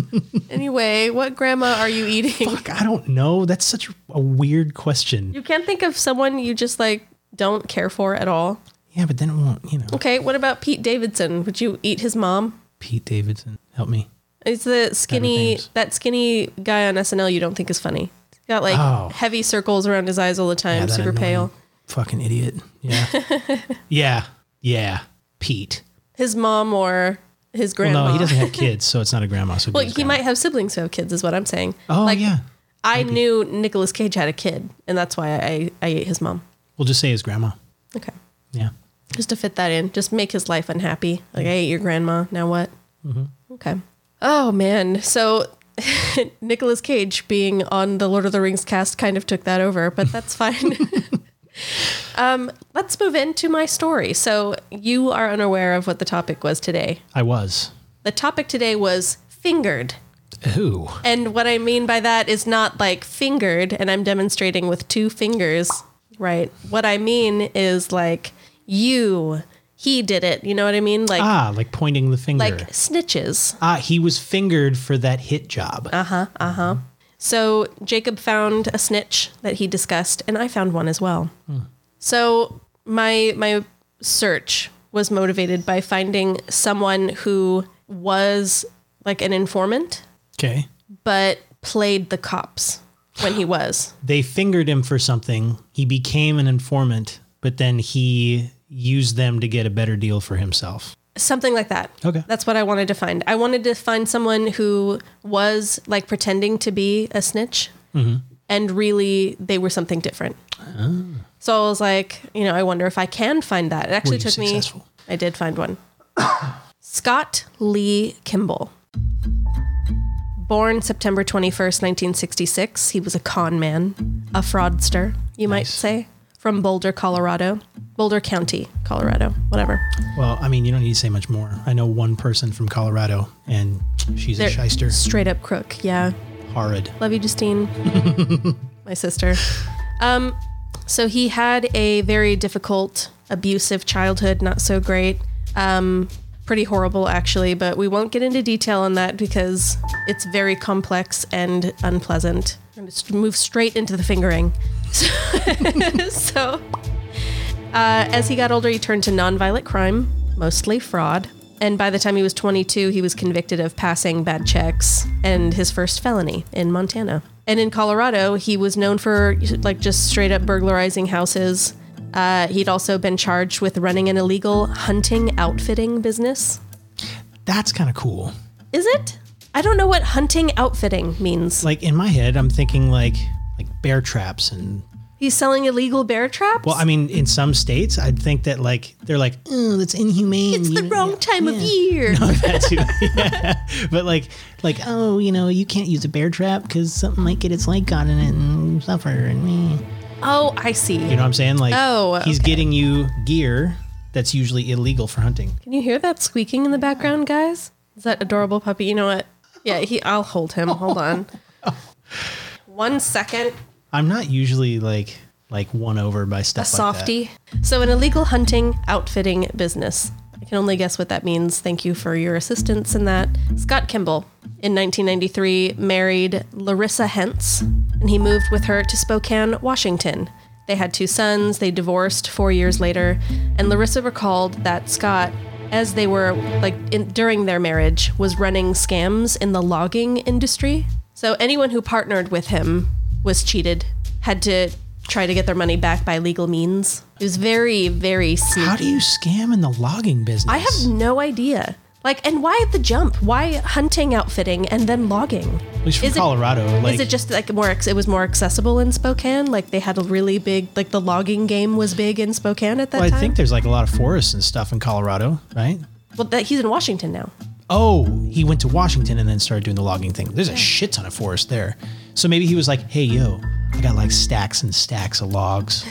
Anyway, what grandma are you eating?
Fuck, I don't know. That's such a weird question.
You can't think of someone you just like don't care for at all.
Yeah, but then it won't, you know.
Okay, what about Pete Davidson? Would you eat his mom?
Pete Davidson, help me.
It's the skinny
Everything's-
that skinny guy on SNL you don't think is funny. He's got like
Oh.
heavy circles around his eyes all the time,
Yeah, that
super
annoying
pale.
Fucking idiot. Yeah. yeah. Yeah. Pete.
His mom or his grandma.
Well, no, he doesn't have kids, so it's not a grandma. So it'd be
Well,
his
he
grandma.
might have siblings who have kids, is what I'm saying.
Oh,
like,
yeah.
I knew Nicolas Cage had a kid, and that's why I, I ate his mom.
We'll just say his grandma.
Okay.
Yeah.
Just to fit that in, just make his life unhappy. Like, I ate your grandma. Now what? Okay. Oh, man. So, Nicolas Cage being on the Lord of the Rings cast kind of took that over, but that's fine. um, let's move into my story. So, you are unaware of what the topic was today.
I was.
The topic today was fingered.
Ooh.
And what I mean by that is not like fingered, and I'm demonstrating with two fingers, right? What I mean is like you, he did it. You know what I mean? Like,
Ah, like pointing the finger.
like snitches.
ah, he was fingered for that hit job.
Ah. So Jacob found a snitch that he discussed, and I found one as well. So my my search was motivated by finding someone who was like an informant,
okay.
but played the cops when he was.
They fingered him for something. He became an informant, but then he used them to get a better deal for himself.
something like that.
Okay.
That's what I wanted to find. I wanted to find someone who was like pretending to be a snitch
Mm-hmm.
and really they were something different.
Ah.
So I was like, you know, I wonder if I can find that. It actually
you
took
successful?
me I did find one. Scott Lee Kimball. Born September 21st, 1966, he was a con man, a fraudster, you might say, from Boulder, Colorado. Boulder County, Colorado, whatever.
Well, I mean, you don't need to say much more. I know one person from Colorado, and she's a
They're
shyster.
Straight up crook, yeah.
Horrid.
Love you, Justine. My sister. Um, so he had a very difficult, abusive childhood, not so great. Um, pretty horrible, actually, but we won't get into detail on that because it's very complex and unpleasant. I'm going to move straight into the fingering. so uh, as he got older, he turned to nonviolent crime, mostly fraud, And by the time he was 22, he was convicted of passing bad checks and his first felony in Montana. And in Colorado, he was known for like just straight up burglarizing houses. Uh, he'd also been charged with running an illegal hunting outfitting business.
That's kind of cool.
Is it? I don't know what hunting outfitting means.
Like in my head, I'm thinking like like bear traps and
He's selling illegal bear traps?
well, I mean, in some states, I'd think that like they're like, oh, that's inhumane.
it's
you
the
know,
wrong time of year.
that too. Yeah. But like, like oh, you know, you can't use a bear trap because something might get its leg caught in it and suffer. And me,
Oh, I see.
you know what I'm saying? Like,
Oh,
he's getting you gear that's usually illegal for hunting.
Can you hear that squeaking in the background, guys? Is that adorable puppy? You know what? Yeah, he. I'll hold him. Hold on. One second.
I'm not usually like like won over by
A
stuff. like that.
softy. So, an illegal hunting outfitting business. I can only guess what that means. Thank you for your assistance in that. Scott Kimball, in 1993, married Larissa Hentz, and he moved with her to Spokane, Washington. They had two sons. They divorced four years later, and Larissa recalled that Scott, as they were like in, during their marriage, was running scams in the logging industry. So anyone who partnered with him was cheated, had to try to get their money back by legal means. It was very, very sneaky.
How do you scam in the logging business?
I have no idea. Like, and why the jump? Why hunting, outfitting, and then logging?
At least from
is it-
Colorado. like,
Is it just like more? ex- It was more accessible in Spokane. Like they had a really big, like the logging game was big in Spokane at that
well, I
time.
think there's like a lot of forests and stuff in Colorado, right?
well, that he's in Washington now.
Oh, he went to Washington and then started doing the logging thing. There's a shit ton of forest there. So maybe he was like, hey, yo, I got like stacks and stacks of logs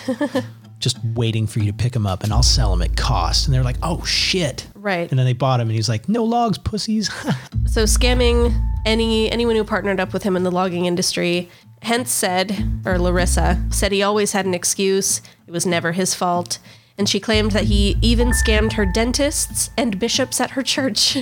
just waiting for you to pick them up and I'll sell them at cost. And they're like, oh, shit.
Right.
And then they bought him and he's like, no logs, pussies.
So scamming any anyone who partnered up with him in the logging industry. Hence said, or Larissa said he always had an excuse. It was never his fault. And she claimed that he even scammed her dentists and bishops at her church.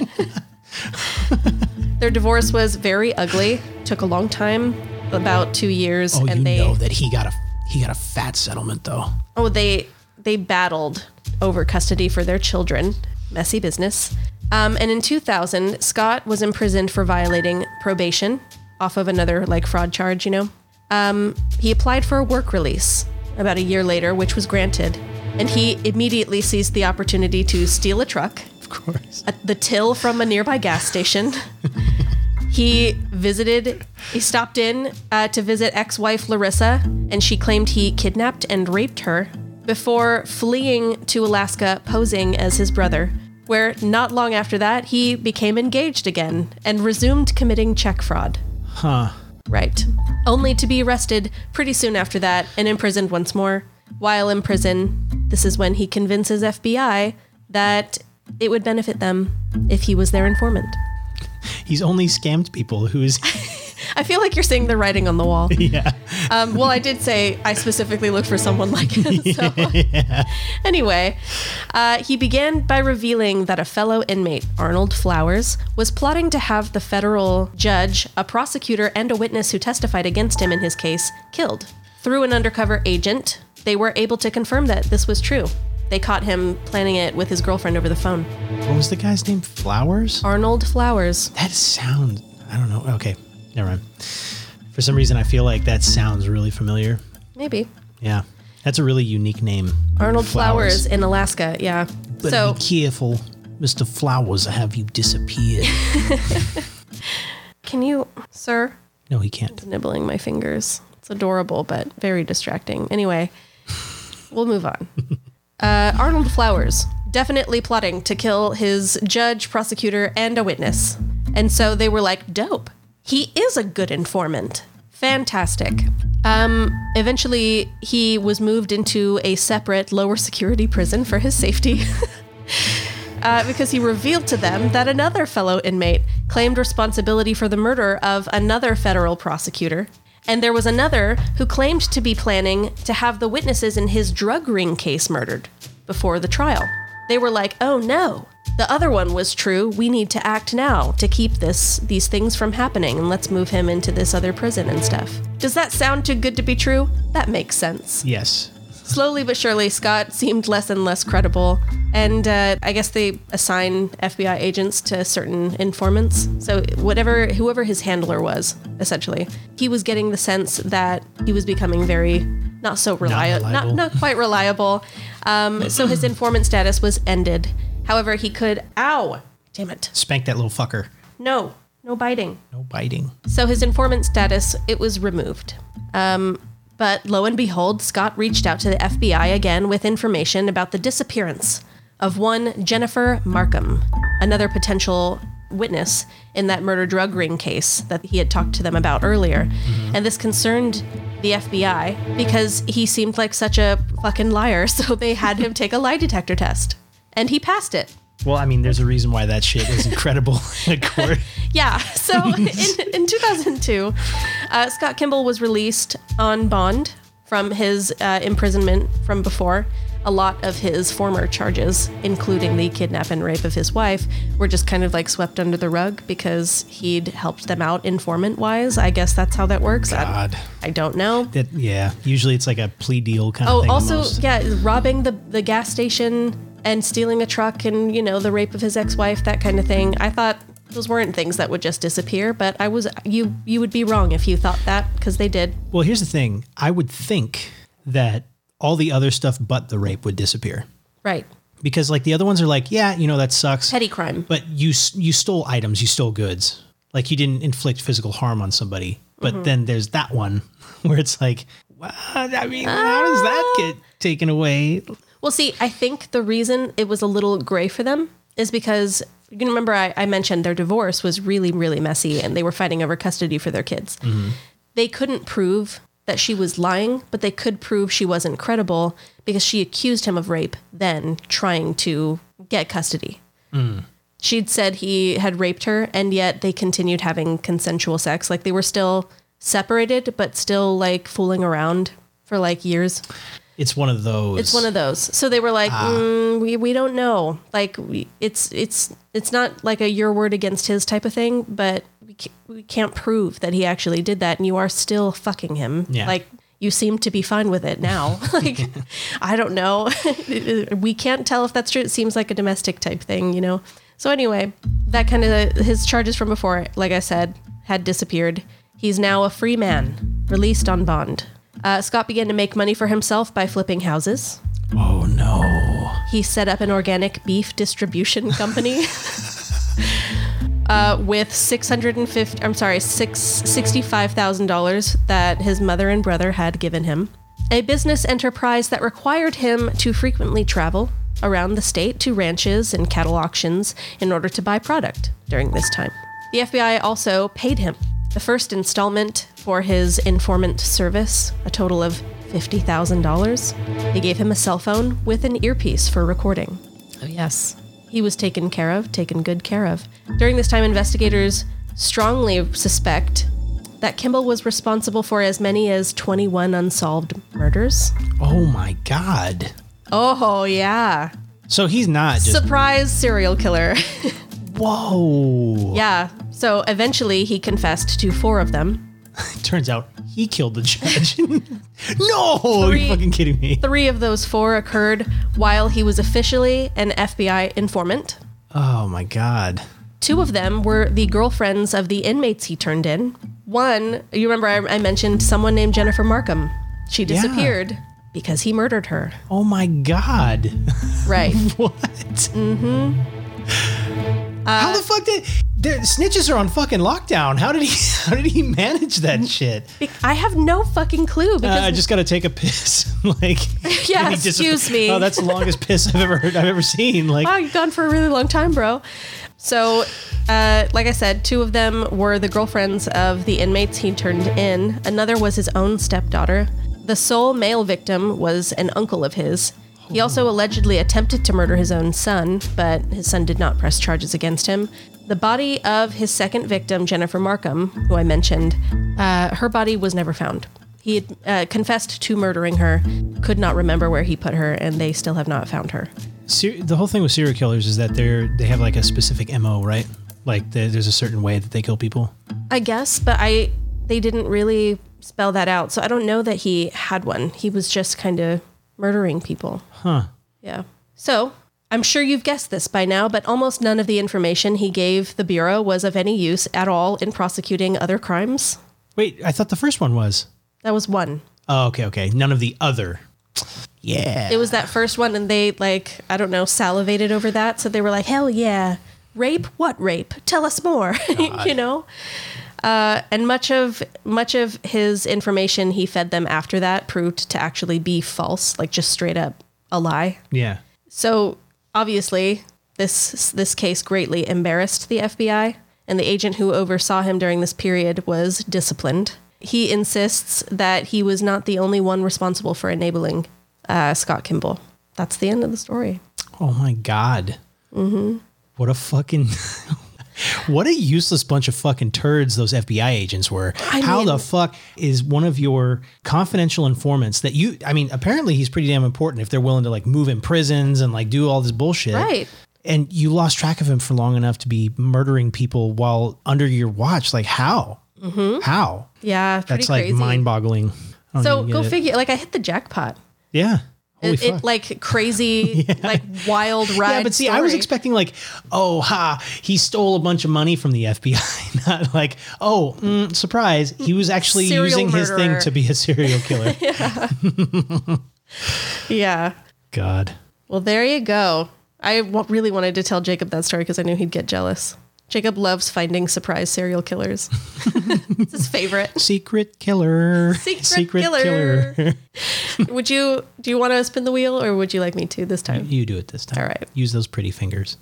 Their divorce was very ugly. Took a long time, about two years,
Oh,
and
you
they
know that he got a he got a fat settlement though.
Oh, they they battled over custody for their children. Messy business. Um, and in 2000, Scott was imprisoned for violating probation off of another like fraud charge. You know, um, he applied for a work release about a year later, which was granted, and he immediately seized the opportunity to steal a truck
of course.
at the till from a nearby gas station. he visited, he stopped in uh, to visit ex wife Larissa, and she claimed he kidnapped and raped her before fleeing to Alaska posing as his brother. Where not long after that, he became engaged again and resumed committing check fraud. Huh. Right. Only to be arrested pretty soon after that and imprisoned once more. While in prison, this is when he convinces FBI that it would benefit them if he was their informant.
He's only scammed people who's
I feel like you're seeing the writing on the wall. Yeah. Um, well, I did say I specifically looked for someone like him. So. anyway, uh, he began by revealing that a fellow inmate, Arnold Flowers, was plotting to have the federal judge, a prosecutor, and a witness who testified against him in his case killed. Through an undercover agent, they were able to confirm that this was true. They caught him planning it with his girlfriend over the phone.
What was the guy's name? Flowers?
Arnold Flowers.
That sound. I don't know. Okay. Never mind. For some reason, I feel like that sounds really familiar.
Maybe.
Yeah. That's a really unique name.
Arnold Flowers, in Alaska, yeah.
But
so
be careful, Mr. Flowers, have you disappeared?
Can you, sir?
No, he can't.
Nibbling my fingers. It's adorable, but very distracting. Anyway, we'll move on. Uh, Arnold Flowers, definitely plotting to kill his judge, prosecutor, and a witness. And so they were like, dope. He is a good informant. Fantastic. Um, eventually, he was moved into a separate lower security prison for his safety. uh, because he revealed to them that another fellow inmate claimed responsibility for the murder of another federal prosecutor. And there was another who claimed to be planning to have the witnesses in his drug ring case murdered before the trial. They were like, oh no, the other one was true. We need to act now to keep this these things from happening and let's move him into this other prison and stuff. Does that sound too good to be true? That makes sense.
Yes.
Slowly but surely, Scott seemed less and less credible And uh, I guess they assign FBI agents to certain informants. So whatever, whoever his handler was, essentially, he was getting the sense that he was becoming very not so reliable, not,
reliable.
not quite reliable. Um, so his informant status was ended. However, he could. Ow! Damn it!
Spank that little fucker.
No, no biting.
No biting.
So his informant status, it was removed. Um, but lo and behold, Scott reached out to the FBI again with information about the disappearance of one Jennifer Markham, another potential witness in that murder drug ring case that he had talked to them about earlier. And this concerned the FBI because he seemed like such a fucking liar, so they had him take a lie detector test. And he passed it.
Well, I mean, there's a reason why that shit is incredible in a court.
Yeah. So in, in 2002, uh, Scott Kimball was released on bond from his uh, imprisonment from before. A lot of his former charges, including the kidnap and rape of his wife, were just kind of like swept under the rug because he'd helped them out informant wise. I guess that's how that works.
God.
I, I don't know.
That yeah. Usually it's like a plea deal kind of
Oh,
thing.
also,
almost.
yeah, robbing the, the gas station and stealing a truck and, you know, the rape of his ex wife, that kind of thing. I thought those weren't things that would just disappear, but I was, you, you would be wrong if you thought that because they did.
Well, here's the thing. I would think that all the other stuff but the rape would disappear
Right.
because like the other ones are like, yeah, you know that sucks.
Petty crime.
But you s- you stole items, you stole goods. Like you didn't inflict physical harm on somebody. But
Mm-hmm.
then there's that one where it's like, what? I mean, how does
Ah.
that get taken away?
Well, see, I think the reason it was a little gray for them is because you can remember I, I mentioned their divorce was really, really messy and they were fighting over custody for their kids. They couldn't prove that she was lying, but they could prove she wasn't credible because she accused him of rape, then trying to get custody. She'd said he had raped her, and yet they continued having consensual sex. Like they were still separated, but still like fooling around for like years.
It's one of those.
It's one of those. So they were like, mm, we, we don't know. Like we, it's it's it's not like a your word against his type of thing, but we ca- we can't prove that he actually did that, and you are still fucking him.
Yeah.
Like you seem to be fine with it now. like I don't know. we can't tell if that's true. It seems like a domestic type thing, you know. So anyway, that kind of his charges from before, like I said, had disappeared. He's now a free man, released on bond. Uh, Scott began to make money for himself by flipping houses.
Oh no.
He set up an organic beef distribution company uh, with six hundred and fifty. I'm sorry, six sixty-five thousand dollars that his mother and brother had given him. A business enterprise that required him to frequently travel around the state to ranches and cattle auctions in order to buy product during this time. The FBI also paid him the first installment for his informant service, a total of $50,000. They gave him a cell phone with an earpiece for recording.
Oh, yes.
He was taken care of, taken good care of. During this time, investigators strongly suspect that Kimball was responsible for as many as 21 unsolved murders.
Oh my god.
Oh, yeah.
So he's not just
Surprise serial killer.
whoa.
yeah. So eventually he confessed to four of them.
Turns out he killed the judge. no, are
Three-
you fucking kidding me?
Three of those four occurred while he was officially an FBI informant.
Oh my god.
Two of them were the girlfriends of the inmates he turned in. One, you remember I, I mentioned someone named Jennifer Markham. She disappeared because he murdered her.
Oh my god.
Right.
What? Mm-hmm. how the fuck did there, snitches are on fucking lockdown? How did he? How did he manage that shit?
Be- I have no fucking clue
Uh, I
because
just gotta take a piss. like,
Yeah,
and he disap-
excuse me.
Oh, that's the longest piss I've ever heard. I've ever seen. Like,
wow, you've gone for a really long time, bro. So, uh, like I said, two of them were the girlfriends of the inmates he turned in. Another was his own stepdaughter. The sole male victim was an uncle of his. He also allegedly attempted to murder his own son, but his son did not press charges against him. The body of his second victim, Jennifer Markham, who I mentioned, uh, her body was never found. He had, uh, confessed to murdering her, could not remember where he put her, and they still have not found her.
ser- the whole thing with serial killers is that they're they have like a specific mo, right? Like, there- there's a certain way that they kill people.
I guess, but I they didn't really spell that out. So I don't know that he had one. He was just kind of murdering people. Huh. Yeah. So, I'm sure you've guessed this by now, but almost none of the information he gave the Bureau was of any use at all in prosecuting other crimes.
Wait, I thought the first one was.
That was one.
Oh, okay, okay. None of the other.
It
Yeah.
was that first one, and they, like, I don't know, salivated over that. So they were like, hell yeah. Rape? What rape? Tell us more. you know? Uh, and much of much of his information he fed them after that proved to actually be false, like just straight up a lie.
Yeah.
So obviously, this this case greatly embarrassed the FBI, and the agent who oversaw him during this period was disciplined. He insists that he was not the only one responsible for enabling uh, Scott Kimball. That's the end of the story.
Oh my god.
Mm-hmm.
What a fucking. What a useless bunch of fucking turds those FBI agents were. How
mean-
the fuck is one of your confidential informants that you, I mean, apparently he's pretty damn important if they're willing to like move in prisons and like do all this bullshit.
Right.
And you lost track of him for long enough to be murdering people while under your watch. Like, how? How?
Yeah, Mm-hmm. pretty
That's like
crazy.
mind boggling.
so go figure. Like I hit the jackpot.
Yeah. Holy
It,
fuck.
it like crazy, like wild ride.
Yeah, but see, I was
story.
expecting like, oh ha, he stole a bunch of money from the FBI. Not like, oh, mm, surprise, he was actually
Serial
using his thing
murderer.
to be a serial killer.
Yeah.
God,
Well, there you go. I w- really wanted to tell Jacob that story because I knew he'd get jealous. Jacob loves finding surprise serial killers. it's his favorite.
secret killer,
Secret Would you? Do you want to spin the wheel, or would you like me to this time?
you do it this time.
All right.
use those pretty fingers.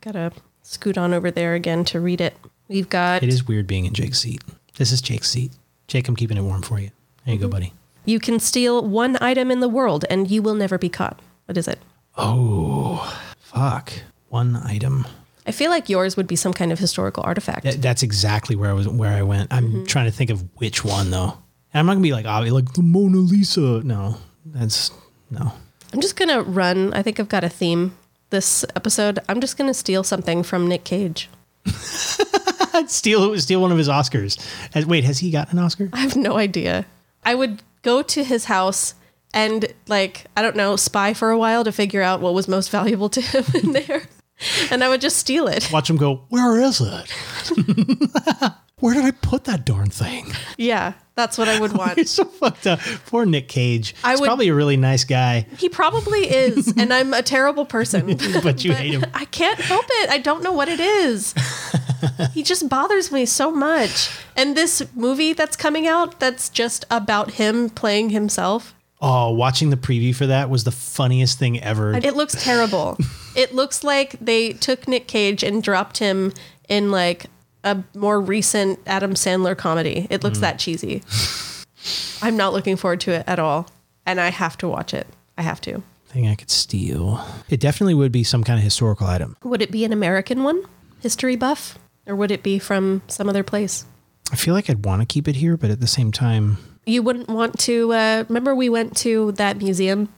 Gotta scoot on over there again to read it. We've got.
It is weird being in Jake's seat. This is Jake's seat. Jake, I'm keeping it warm for you. There
Mm-hmm.
you go, buddy.
You can steal one item in the world, and you will never be caught. What is it?
Fuck, one item.
I feel like yours would be some kind of historical artifact.
Th- That's exactly where I was. Where I went. I'm
Mm-hmm.
trying to think of which one though. And I'm not gonna be like obvious, like the Mona Lisa. No, that's no.
I'm just gonna run. I think I've got a theme this episode. I'm just gonna steal something from Nick Cage.
Steal steal one of his Oscars. Has- Wait, has he got an Oscar?
I have no idea. I would go to his house and like I don't know, spy for a while to figure out what was most valuable to him in there, and I would just steal it.
Watch him go.
Where is it? Where did I put that darn thing?
Yeah, that's what I would
You're
want.
so fucked up. Poor Nick Cage.
I
He's
would-
probably a really nice guy,
He probably is, and I'm a terrible person.
but you hate him.
I can't help it. I don't know what it is. he just bothers me so much. And this movie that's coming out that's just about him playing himself.
Oh, watching the preview for that was the funniest thing ever.
It looks terrible. it looks like they took Nick Cage and dropped him in like a more recent Adam Sandler comedy. It looks that cheesy. I'm not looking forward to it at all. And I have to watch it. I have to.
thing I could steal. It definitely would be some kind of historical item.
Would it be an American one? History buff? Or would it be from some other place?
I feel like I'd want to keep it here, but at the same time,
you wouldn't want to uh, remember we went to that museum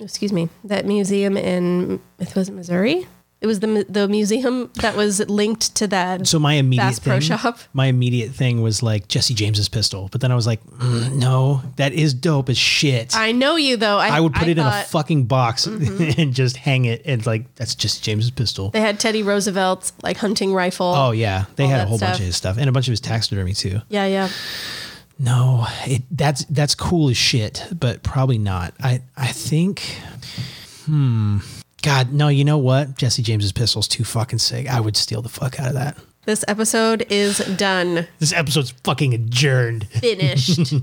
excuse me that museum in it was it missouri it was the, mu- the museum that was linked to that
So my immediate
Bass Pro
thing,
Shop.
my immediate thing was like Jesse James's pistol, but then I was like, mm, no, that is dope as shit. I,
i know you though i,
would put
I
it in a
thought Mm-hmm.
fucking box and just hang it and like that's just James's pistol.
they had teddy roosevelt's like hunting rifle
oh yeah, they
all
had a
that
whole bunch
stuff.
of his stuff and a bunch of his taxidermy too.
yeah yeah
No, it, that's that's cool as shit, but probably not. I I think, hmm, God, no. You know what? Jesse James's pistol's too fucking sick. I would steal the fuck out of that.
this episode is done
This episode's fucking adjourned.
finished.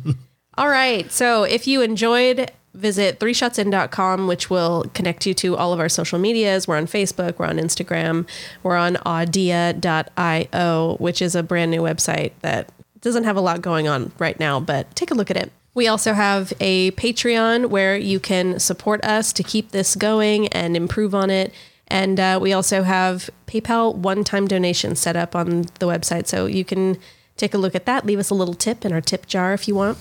all right. So if you enjoyed, visit threeshotsin.com, which will connect you to all of our social medias. We're on Facebook, we're on Instagram, we're on audia.io, which is a brand new website that doesn't have a lot going on right now, but take a look at it. We also have a Patreon where you can support us to keep this going and improve on it. And uh, we also have PayPal one time donation set up on the website. So you can take a look at that. Leave us a little tip in our tip jar if you want.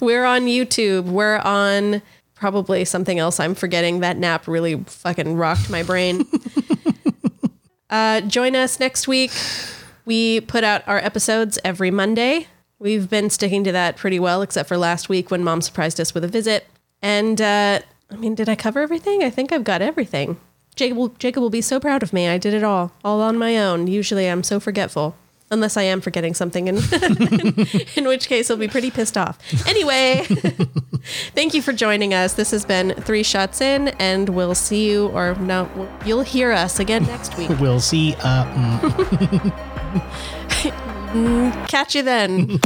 We're on YouTube. We're on probably something else I'm forgetting. That nap really fucking rocked my brain. uh, join us next week. We put out our episodes every Monday. We've been sticking to that pretty well, except for last week when mom surprised us with a visit. And uh, I mean, did I cover everything? I think I've got everything. Jacob will, Jacob will be so proud of me. I did it all, all on my own. Usually I'm so forgetful, unless I am forgetting something, and in which case he'll be pretty pissed off. Anyway, thank you for joining us. This has been Three Shots In, and we'll see you, or no, you'll hear us again next week.
We'll see. Uh, mm.
Catch you then.